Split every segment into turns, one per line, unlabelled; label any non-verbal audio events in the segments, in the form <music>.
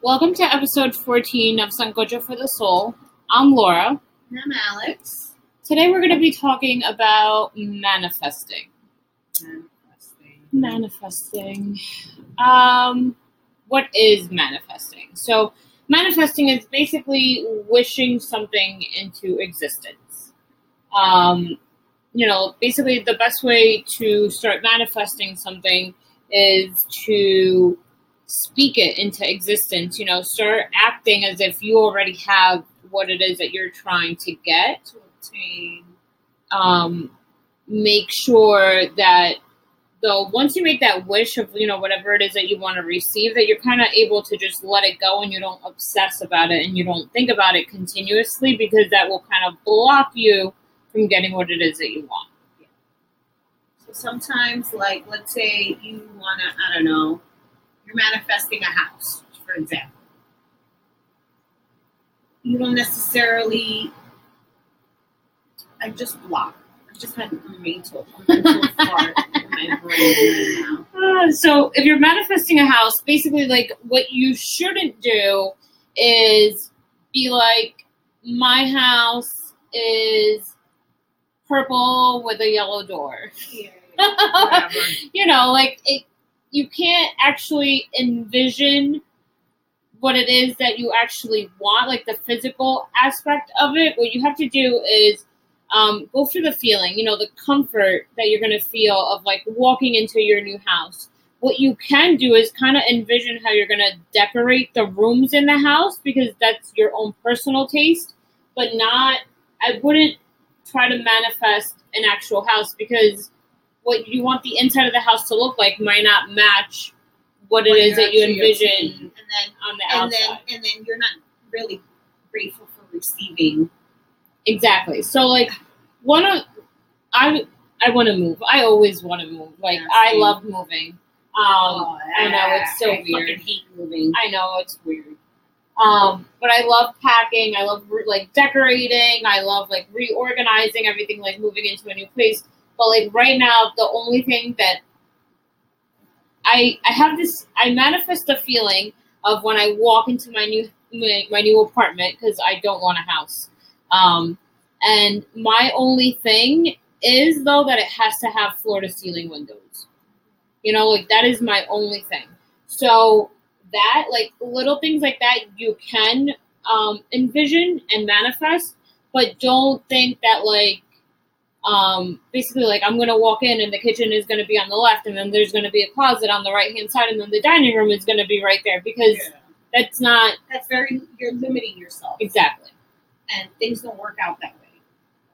Welcome to episode 14 of Sancocho for the Soul. I'm Laura.
And I'm Alex.
Today we're going to be talking about manifesting.
Manifesting.
Manifesting. Um, what is manifesting? So, manifesting is basically wishing something into existence. Um, you know, basically, the best way to start manifesting something is to speak it into existence. You know, start acting as if you already have what it is that you're trying to get
To obtain.
um, make sure that though once you make that wish of you know whatever it is that you want to receive that you're kind of able to just let it go and you don't obsess about it and you don't think about it continuously because that will kind of block you from getting what it is that you want
So sometimes, like, let's say you want to, I don't know, you're manifesting a house, for example. You don't necessarily. I just blocked. I just had a mental, a mental fart in my brain right now.
Uh, so if you're manifesting a house, basically, like what you shouldn't do is be like, my house is purple with a yellow door. <laughs>
<laughs> Whatever.
You know, like it. You can't actually envision what it is that you actually want, like the physical aspect of it. What you have to do is um, go for the feeling, you know, the comfort that you're going to feel of like walking into your new house. What you can do is kind of envision how you're going to decorate the rooms in the house because that's your own personal taste, but not, I wouldn't try to manifest an actual house because what you want the inside of the house to look like might not match what it
When
is
you're
that you
actually
envision
obtaining. And then
on the
and
outside.
then and then you're not really grateful for
Um,
receiving.
exactly. So like one of I I want to move. I always want to move. Like
Yeah,
I
same.
love moving. Um,
Oh,
I know, it's so
I fucking
weird.
hate moving.
I know it's weird. Um, but I love packing. I love re- like decorating. I love like reorganizing everything, like moving into a new place. But like right now, the only thing that I I have this I manifest the feeling of when I walk into my new my, my new apartment because I don't want a house. Um, and my only thing is though that it has to have floor to ceiling windows. You know, like that is my only thing. So that like little things like that you can um, envision and manifest but don't think that like um, basically like i'm gonna walk in and the kitchen is gonna be on the left and then there's gonna be a closet on the right hand side and then the dining room is gonna be right there because that's not
That's very you're limiting yourself,
exactly
and things don't work out that way.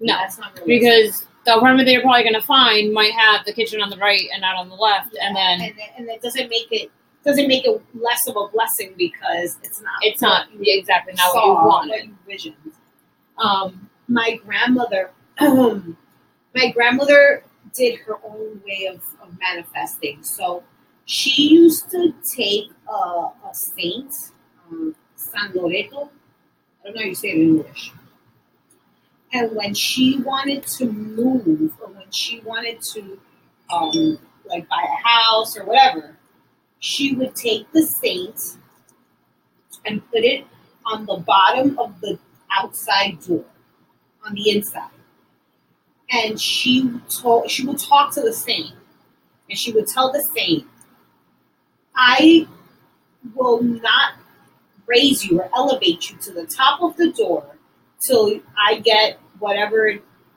No,
that's not really
because the apartment that you're probably gonna find might have the kitchen on the right and not on the left and then
and then- and that doesn't make it doesn't make it less of a blessing because it's not
it's not
what you
exactly not what
saw,
you want
what you visioned.
um,
my grandmother <clears throat> my grandmother did her own way of, of manifesting so she used to take a, a saint um, san loreto i don't know how you say it in english and when she wanted to move or when she wanted to um, like buy a house or whatever she would take the saint and put it on the bottom of the outside door on the inside. And she told she would talk to the saint, and she would tell the saint, "I will not raise you or elevate you to the top of the door till I get whatever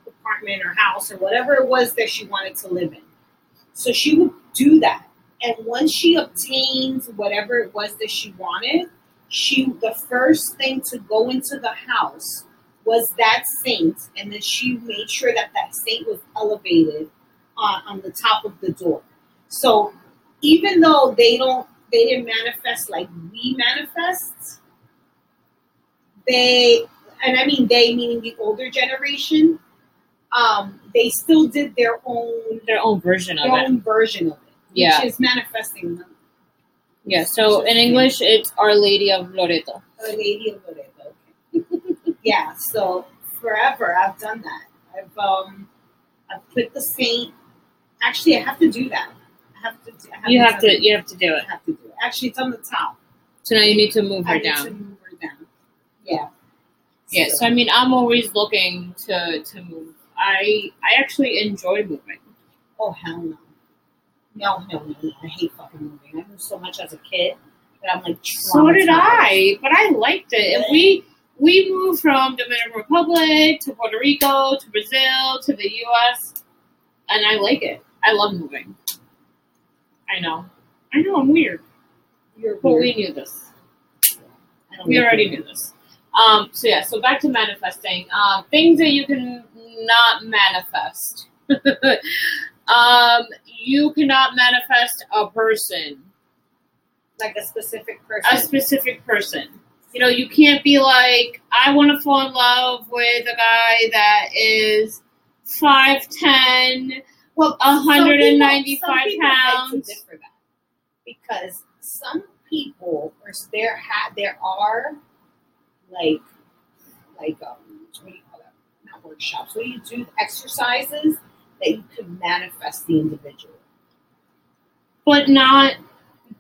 apartment or house or whatever it was that she wanted to live in." So she would do that, and once she obtained whatever it was that she wanted, she the first thing to go into the house was that saint, and then she made sure that that saint was elevated on, on the top of the door. So even though they don't, they didn't manifest like we manifest. They, and I mean they, meaning the older generation, um, they still did their own
their own version of
their
it
own version of it,
Yeah.
which is manifesting the
yeah so in english it's our lady of loreto
a lady of Loreto. <laughs> yeah, so forever I've done that. I've um I've put the saint. Actually, I have to do that. I have to. I
You have
done
to you have to do
it.
it.
I have to do it. Actually, it's on the top.
So now you need to move
I
her
need
down.
to move her down. Yeah.
Yeah, so I mean, I'm always looking to to move. I I actually enjoy moving.
Oh hell no. No, no, no, no. I hate fucking moving. I moved so much as a kid that I'm like
So did
traumatized.
I, but I liked it. And we we moved from Dominican Republic to Puerto Rico to Brazil to the U.S. and I like it. I love moving. I know, I know, I'm weird,
You're
but
weird.
we knew this.
I don't
We
like
already
moving.
knew this. Um, so yeah, so back to manifesting. Um, things that you can not manifest. <laughs> um, you cannot manifest a person,
like a specific
a
person.
specific person. You know, you can't be like, I want to fall in love with a guy that is 5'10,
well,
a
some
hundred and
people-
95
some people beg to
pounds.
differ that. because some people or s- there ha- there are like like um what do you call that? Not workshops. What do you do? Exercises that you can manifest the individual.
but not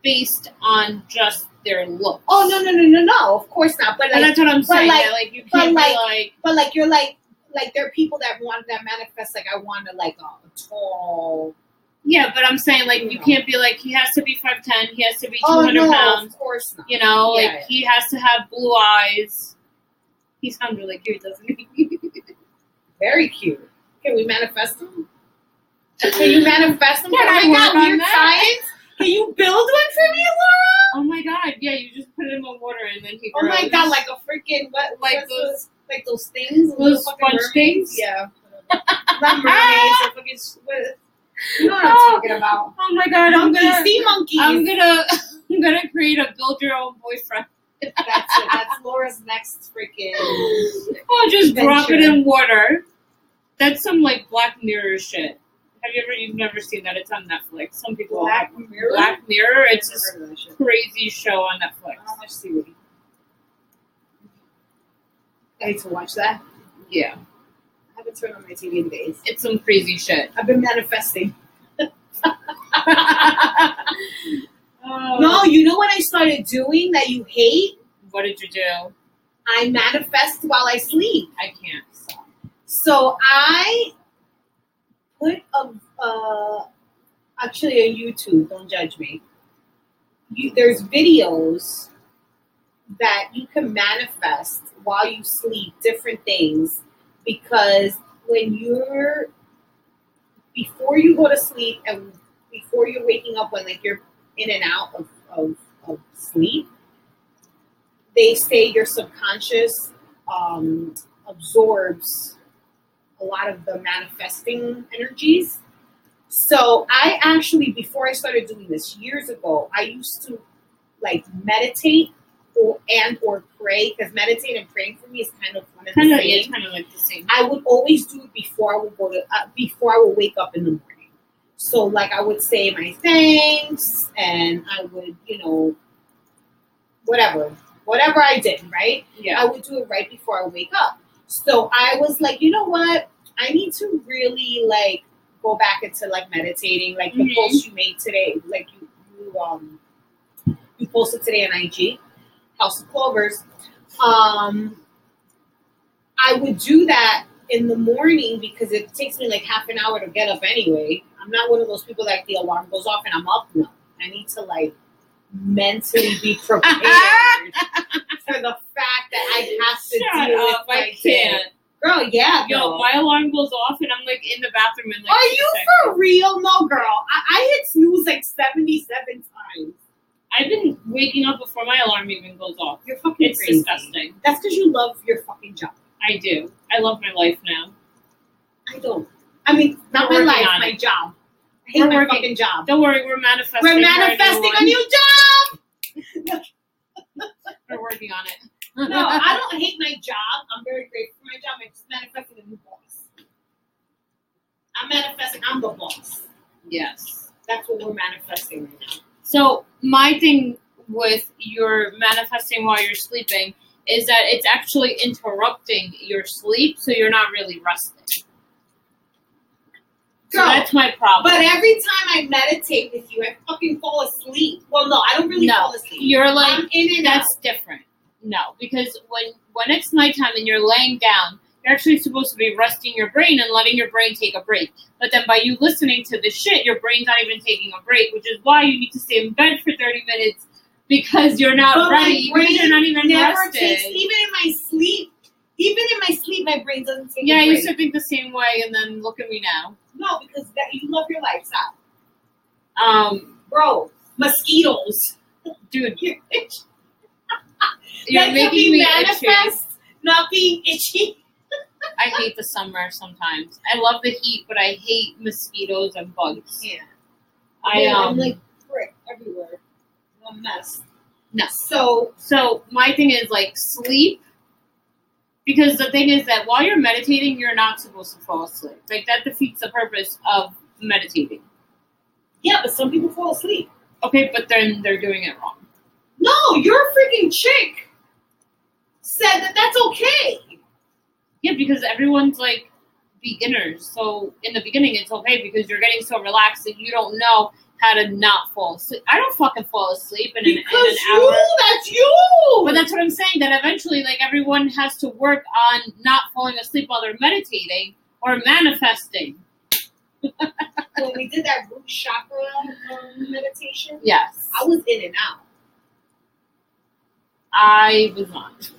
based on just their look.
Oh no no no no no! Of course not. But
And
like
that's what I'm
but
saying.
like-
that, like, you
but
can't
like-
be like,
But like you're like like there are people that want that manifest like I want to like a tall.
Yeah, but I'm saying like you
No.
can't be like he has to be five ten, he has to be two
Oh
hundred
no!
pounds.
Of course not.
You know,
Yeah,
like
yeah.
he has to have blue eyes. He sounds really cute, doesn't he? <laughs>
Very cute. Can we manifest them? Can you manifest them?
Can I
Can I
work on
weird
that?
science? Can you build one for me, Laura?
oh my god, yeah, you just put it in the water and then he
Oh my
grows.
god! Like a freaking what?
Like
what's
those-
like those things. little
those
fucking
sponge
mermaids?
things?
<laughs> Yeah. Not mermaids. they're fucking s- what- You know what I'm talking about?
Oh my god, I'm
Monkeys,
gonna
sea monkeys.
I'm gonna <laughs> I'm gonna create a build your own boyfriend.
That's it. That's Laura's next freaking.
I'll just drop it
Adventure.
in water. That's some like black mirror shit. Have you ever you've never seen that? It's on Netflix. Some people
Black Mirror.
Black Mirror, Uh-huh. it's this
I don't know that shit.
crazy show on
I
Netflix.
don't watch TV. I need to watch that.
Yeah,
I haven't turned on my TV in days.
it's some crazy <laughs> shit.
I've been manifesting. No,
Oh, no,
you know what I started doing that you hate?
what did you do?
I manifest while I sleep.
I can't.
So I put a uh, actually on YouTube. Don't judge me. You, there's videos that you can manifest while you sleep different things because when you're before you go to sleep and before you're waking up when like you're in and out of, of, of sleep they say your subconscious um, absorbs a lot of the manifesting energies. So I actually, before I started doing this years ago, I used to like meditate or and or pray because meditate and praying for me is kind of one of the
Kind of,
same.
it's kind of like the same.
I would always do it before I would go to uh, before I would wake up in the morning. So like I would say my thanks and I would you know whatever whatever I did right
Yeah,
I would do it right before I wake up. So I was like you know what I need to really like go back into like meditating like the
Mhm.
post you made today like you you um you posted today on IG House of Clovers. Um, I would do that in the morning because it takes me like half an hour to get up anyway. I'm not one of those people that the alarm goes off and I'm up. No, I need to like mentally be prepared for the fact that I have to
shut
deal
up!
with my
I can't.
kid. Girl, yeah,
Yo,
girl.
my alarm goes off and I'm like in the bathroom and like.
Are
two
you
seconds.
for real? No, girl. I, I hit snooze like 77 times.
I've been waking up before my alarm even goes off.
You're fucking
It's
crazy.
disgusting.
That's because you love your fucking job.
I do. I love my life now.
I don't. I mean, not
We're
my
working
life,
on
my
it.
job. I hate
We're
my
working-
fucking job.
Don't worry, we're manifesting.
We're
for
manifesting
everyone.
a new
<laughs>
job.
We're working on it. <laughs>
No, I don't hate my job. I'm very grateful for my job. I'm just manifesting a new boss. I'm manifesting. I'm the boss.
yes.
That's what we're manifesting right now.
So my thing with your manifesting while you're sleeping is that it's actually interrupting your sleep, so you're not really resting. So that's my problem.
But every time I meditate with you, I fucking fall asleep. Well, no, I don't really
No.
fall asleep.
you're like
I'm in and out.
that's different. No, because when when it's nighttime and you're laying down, you're actually supposed to be resting your brain and letting your brain take a break. But then by you listening to the shit, your brain's not even taking a break, which is why you need to stay in bed for thirty minutes because you're not
But my
ready. because
brain
you're not even
Never
rested.
takes even in my sleep. Even in my sleep, my brain doesn't take.
yeah,
a
I
break.
used to think the same way, and then look at me now.
no, because that you love your lifestyle,
Um,
bro.
<laughs>
Mosquitoes.
dude,
You're itchy.
you're
that could
making
be
me
manifest.
itchy.
Not being itchy.
I hate the summer sometimes. I love the heat, but I hate mosquitoes and bugs.
Yeah.
I
Yeah,
um.
I'm like frick everywhere. I'm a mess.
No.
So
So my thing is like sleep, because the thing is that while you're meditating, you're not supposed to fall asleep. Like that defeats the purpose of meditating.
yeah, but some people fall asleep.
Okay, but then they're doing it wrong.
No, your freaking chick said that that's okay.
Yeah, because everyone's like beginners. So in the beginning, it's okay because you're getting so relaxed that you don't know how to not fall asleep. I don't fucking fall asleep in an, in an
Because
hour.
you, that's you.
But that's what I'm saying. That eventually, like everyone has to work on not falling asleep while they're meditating or manifesting.
when we did that root chakra um, meditation,
Yes,
I was in and out.
I was not.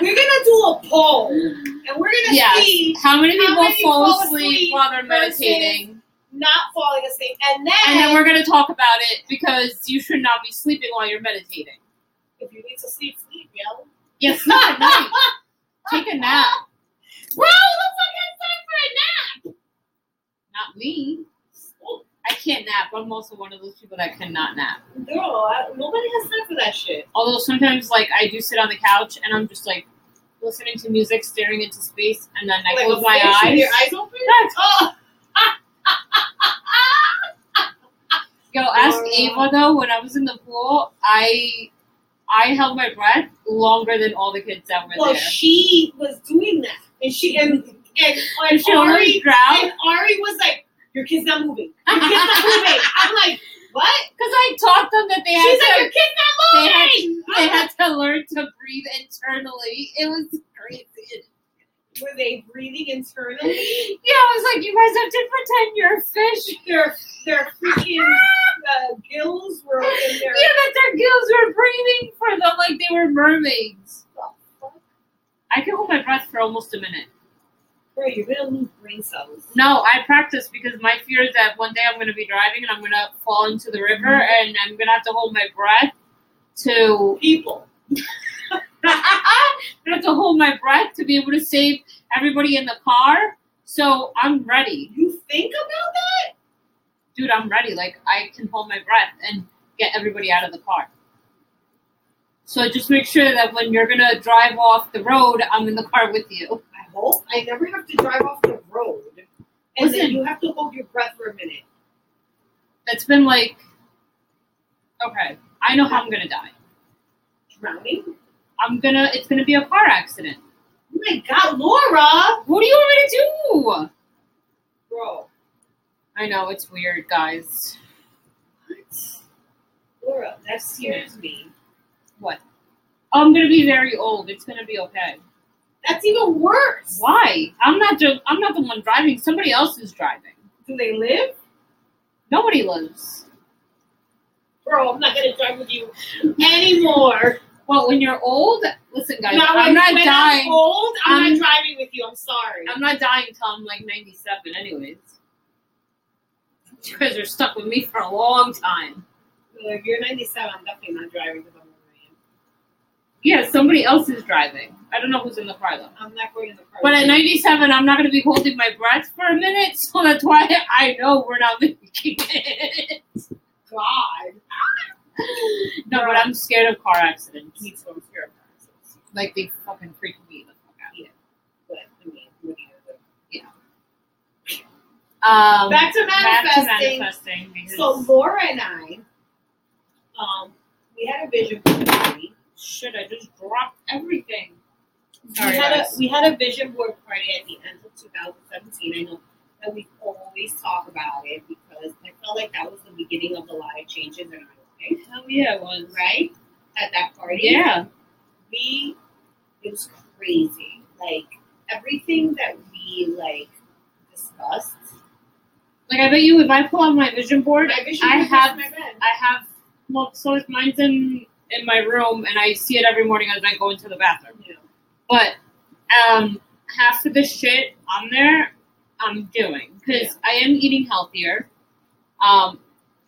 We're gonna do a poll, and we're gonna
Yes.
see
How many
How
people
many
fall,
fall
asleep,
asleep
while they're
versus-
meditating?
not falling asleep, and then,
And then we're gonna talk about it because you should not be sleeping while you're meditating.
if you need to sleep, sleep, yo.
Yes, not at night. Take a nap.
<laughs> Bro, the
Not me. I can't nap. I'm also one of those people that cannot nap.
fucking time for a nap. Oh, Girl, I, nobody has time for that shit.
Although sometimes, like, I do sit on the couch and I'm just like listening to music, staring into space, and then I
like
close
a
my
fish with
eyes.
Your eyes open?
Yes.
Oh,
Yo, ask
Or-
Ava though. When I was in the pool, I I held my breath longer than all the kids that were
well,
there.
she was doing that, and she and and,
And
and
she
Ari
almost drowned
and Ari was like, "Your kid's not moving. Your kid's not
<laughs>
moving." I'm like, "What?"
because I taught them that they had
She's like,
to
"Your kid's
they
not moving."
had,
I'm
<laughs> they
like,
had to learn to breathe internally. It was crazy.
Were they breathing internally?
Yeah, I was like, you guys have to pretend you're a fish.
Their their freaking uh, gills were in
Yeah, <laughs>
their.
that their gills were breathing for them like they were mermaids. I can hold my breath for almost a minute.
Bro, you're gonna lose brain cells.
No, I practice because my fear is that one day I'm going to be driving and I'm going to fall into the river and I'm going to have to hold my breath to.
People.
<laughs> I have to hold my breath to be able to save everybody in the car. So I'm ready,
You think about that?
dude. I'm ready. Like I can hold my breath and get everybody out of the car. So just make sure that when you're gonna drive off the road, I'm in the car with you.
I hope I never have to drive off the road. And
Listen.
then you have to hold your breath for a minute.
That's been like, okay, I know how I'm gonna die.
Drowning? Oh
I'm gonna. It's gonna be a car accident.
my god, Laura!
What do you want me to do?
Bro,
I know it's weird, guys.
what? Laura, that scares me.
What? I'm gonna be very old. It's gonna be okay.
That's even worse.
Why? I'm not. The, I'm not the one driving. Somebody else is driving.
Do they live?
Nobody lives.
Bro, I'm not gonna drive with you anymore.
Well, when you're old, listen, guys.
Now,
I'm
when,
not
when
dying.
I'm old, I'm,
I'm-
not driving with you. I'm sorry.
I'm not dying till I'm like 97, anyways. You guys are stuck with me for a long time.
if you're 97, I'm definitely not driving because I'm a
Yeah, somebody else is driving. I don't know who's in the car though.
man. I'm not going in the car.
But
with
at
you.
97, I'm not going to be holding my breath for a minute, so that's why I know we're not making it. <laughs>
God.
No, but I'm scared of car accidents.
Me too, I'm scared of cars.
Like, they fucking freak me the fuck out.
But, I mean, what do you do?
Um,
Back to
back to
manifesting.
manifesting, because-
So Laura and I, um, we had a vision board party.
shit, I just dropped everything.
we
Sorry,
had
guys.
a we had a vision board party at the end of 2017. I know and we always talk about it because I felt like that was the beginning of a lot of changes in our life,
Hell yeah, it was.
right? At that party,
Yeah.
we it was crazy. Like everything that we like discussed.
Like I bet you, if I pull out my vision board,
My vision
I
was
have,
my bed.
I have. Well, so if mine's in in my room, and I see it every morning as I go into the bathroom.
Yeah.
But um, half of the shit on there, I'm doing because I am eating healthier. Um,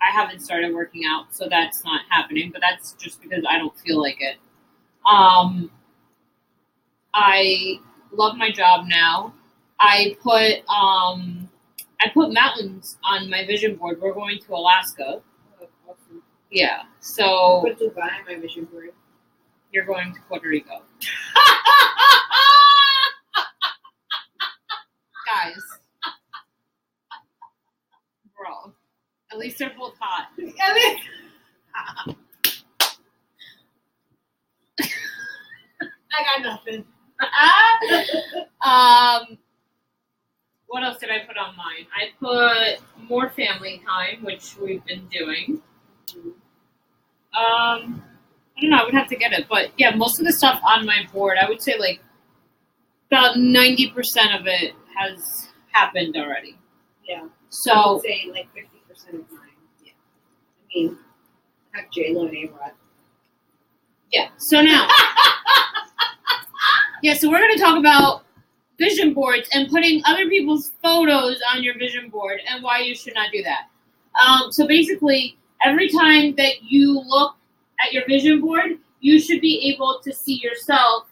I haven't started working out, so that's not happening. But that's just because I don't feel like it. Um, I love my job now. I put um, I put mountains on my vision board. We're going to Alaska. Yeah, so
Put Dubai on my vision board.
you're going to Puerto Rico, Ah!
<laughs>
guys. Bro, at least they're both hot.
<laughs> I got nothing.
um, what else did I put on mine? I put more family time, which we've been doing. Um, I don't know. I would have to get it, but yeah, most of the stuff on my board, I would say like about ninety percent of it has happened already.
Yeah. I
So
would say like fifty percent of mine. Yeah. I mean, I have J Lo and A Rod.
yeah. So now, yeah. So we're gonna talk about vision boards and putting other people's photos on your vision board and why you should not do that. Um, so basically, every time that you look at your vision board, you should be able to see yourself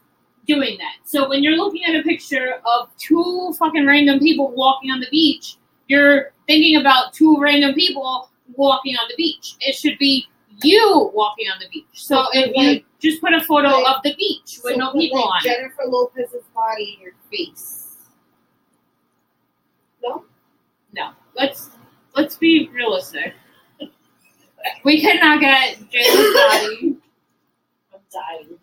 doing that. So when you're looking at a picture of two fucking random people walking on the beach, you're thinking about two random people walking on the beach. It should be you walking on the beach. So if you
Like-
just put a photo
like-
of the beach with
So
no
put,
people
like,
on it.
Jennifer Lopez's body in your face. No.
No. Let's let's be realistic. We cannot get Jalen's body.
I'm dying.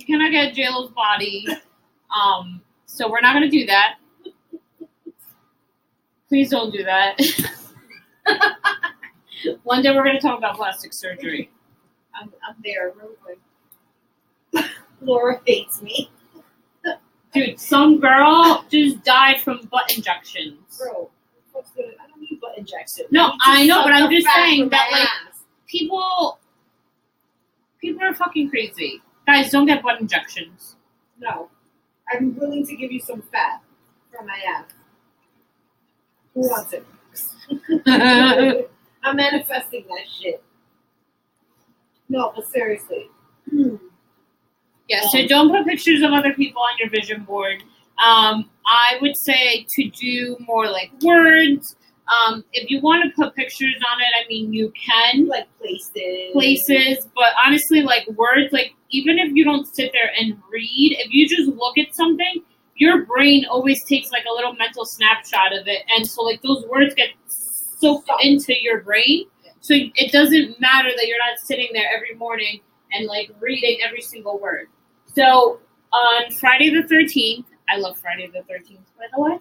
We cannot get Jalen's body. Um, so we're not gonna do that. Please don't do that. <laughs> One day we're gonna talk about plastic surgery.
I'm, I'm there real quick. <laughs> Laura hates me.
Dude, some girl just died from butt injections.
Bro, what's good? I don't need butt injection.
No,
need to
I know,
suck
but I'm
the
just
fat
saying
from
that,
my
like,
ass.
People people are fucking crazy. Guys, don't get butt injections.
No. I'm willing to give you some fat from my ass. Who wants it? I'm manifesting that shit. No, but seriously.
Yeah, so
Um,
don't put pictures of other people on your vision board. Um, I would say to do more like words. Um, if you want to put pictures on it, I mean, you can.
Like places.
Places, but honestly, like words, like even if you don't sit there and read, if you just look at something, your brain always takes like a little mental snapshot of it. And so, like, those words get soaked into your brain. So it doesn't matter that you're not sitting there every morning and like reading every single word. So on Friday the 13th, I love Friday the 13th, by the way.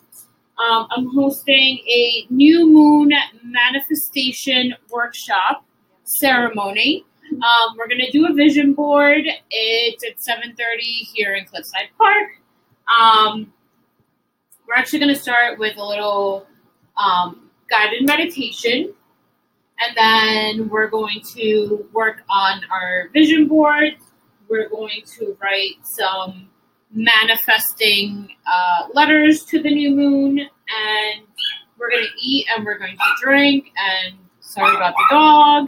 Um, I'm hosting a new moon manifestation workshop ceremony. Um, we're gonna do a vision board. It's at 7:30 here in Cliffside Park. Um, we're actually gonna start with a little um, guided meditation and then we're going to work on our vision boards. We're going to write some manifesting uh, letters to the new moon, and we're going to eat and we're going to drink. And sorry about the dog.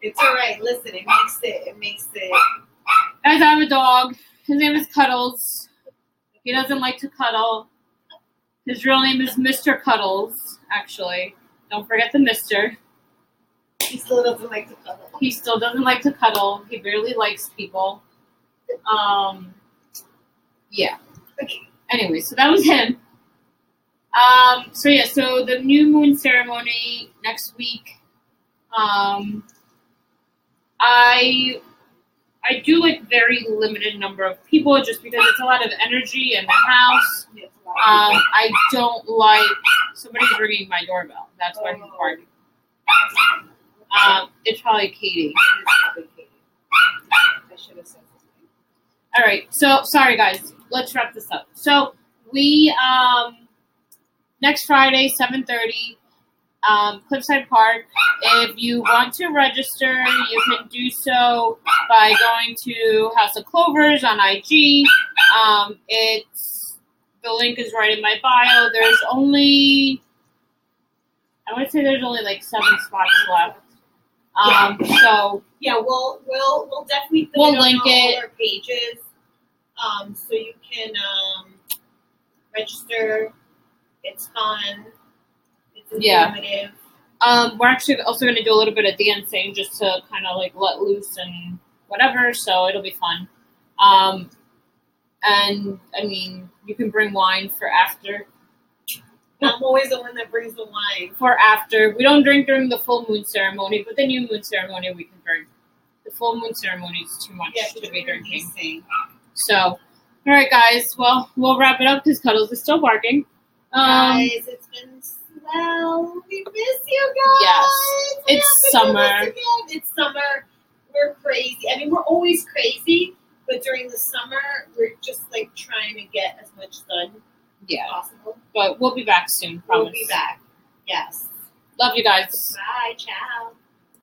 It's alright. Listen, it makes it. It makes it.
Guys, I have a dog. His name is Cuddles. He doesn't like to cuddle. His real name is Mr. Cuddles, actually. Don't forget the Mr.
He still doesn't like to cuddle.
He still doesn't like to cuddle. He barely likes people. Um, yeah.
<laughs> Okay.
Anyway, so that was <laughs> him. Um, so yeah, so the new moon ceremony next week. Um, I I do like very limited number of people just because it's a lot of energy in the house. Um, I don't like somebody's ringing my doorbell. That's why
Oh.
I'm barking. Um, it's probably Katie.
I should have said something.
All right. So sorry guys. Let's wrap this up. So we um next Friday, seven thirty, um, Cliffside Park. If you want to register, you can do so by going to House of Clovers on IG. Um, it's the link is right in my bio. There's only I want to say there's only like seven spots left. Um, so
Yeah, we'll we'll we'll definitely put
We'll
it on
link
all
it.
our pages, um, so you can um, register. It's fun. It's
Yeah.
informative.
Um, we're actually also going to do a little bit of dancing just to kind of like let loose and whatever. So it'll be fun. Um, and I mean, you can bring wine for after.
I'm always the one that brings the wine.
For after, we don't drink during the full moon ceremony, but the new moon ceremony we can drink. The full moon ceremony is too much
Yeah,
to be drinking.
amazing.
So, all right, guys. Well, we'll wrap it up because Cuddles is still barking. Um,
guys, it's been swell. We miss you guys.
Yes. It's
We have to do this
summer.
again. It's summer. We're crazy. I mean, we're always crazy, but during the summer, we're just like trying to get as much sun as
yeah,
possible.
but we'll be back soon. Promise.
We'll be back. Yes.
Love you guys.
Bye. Ciao.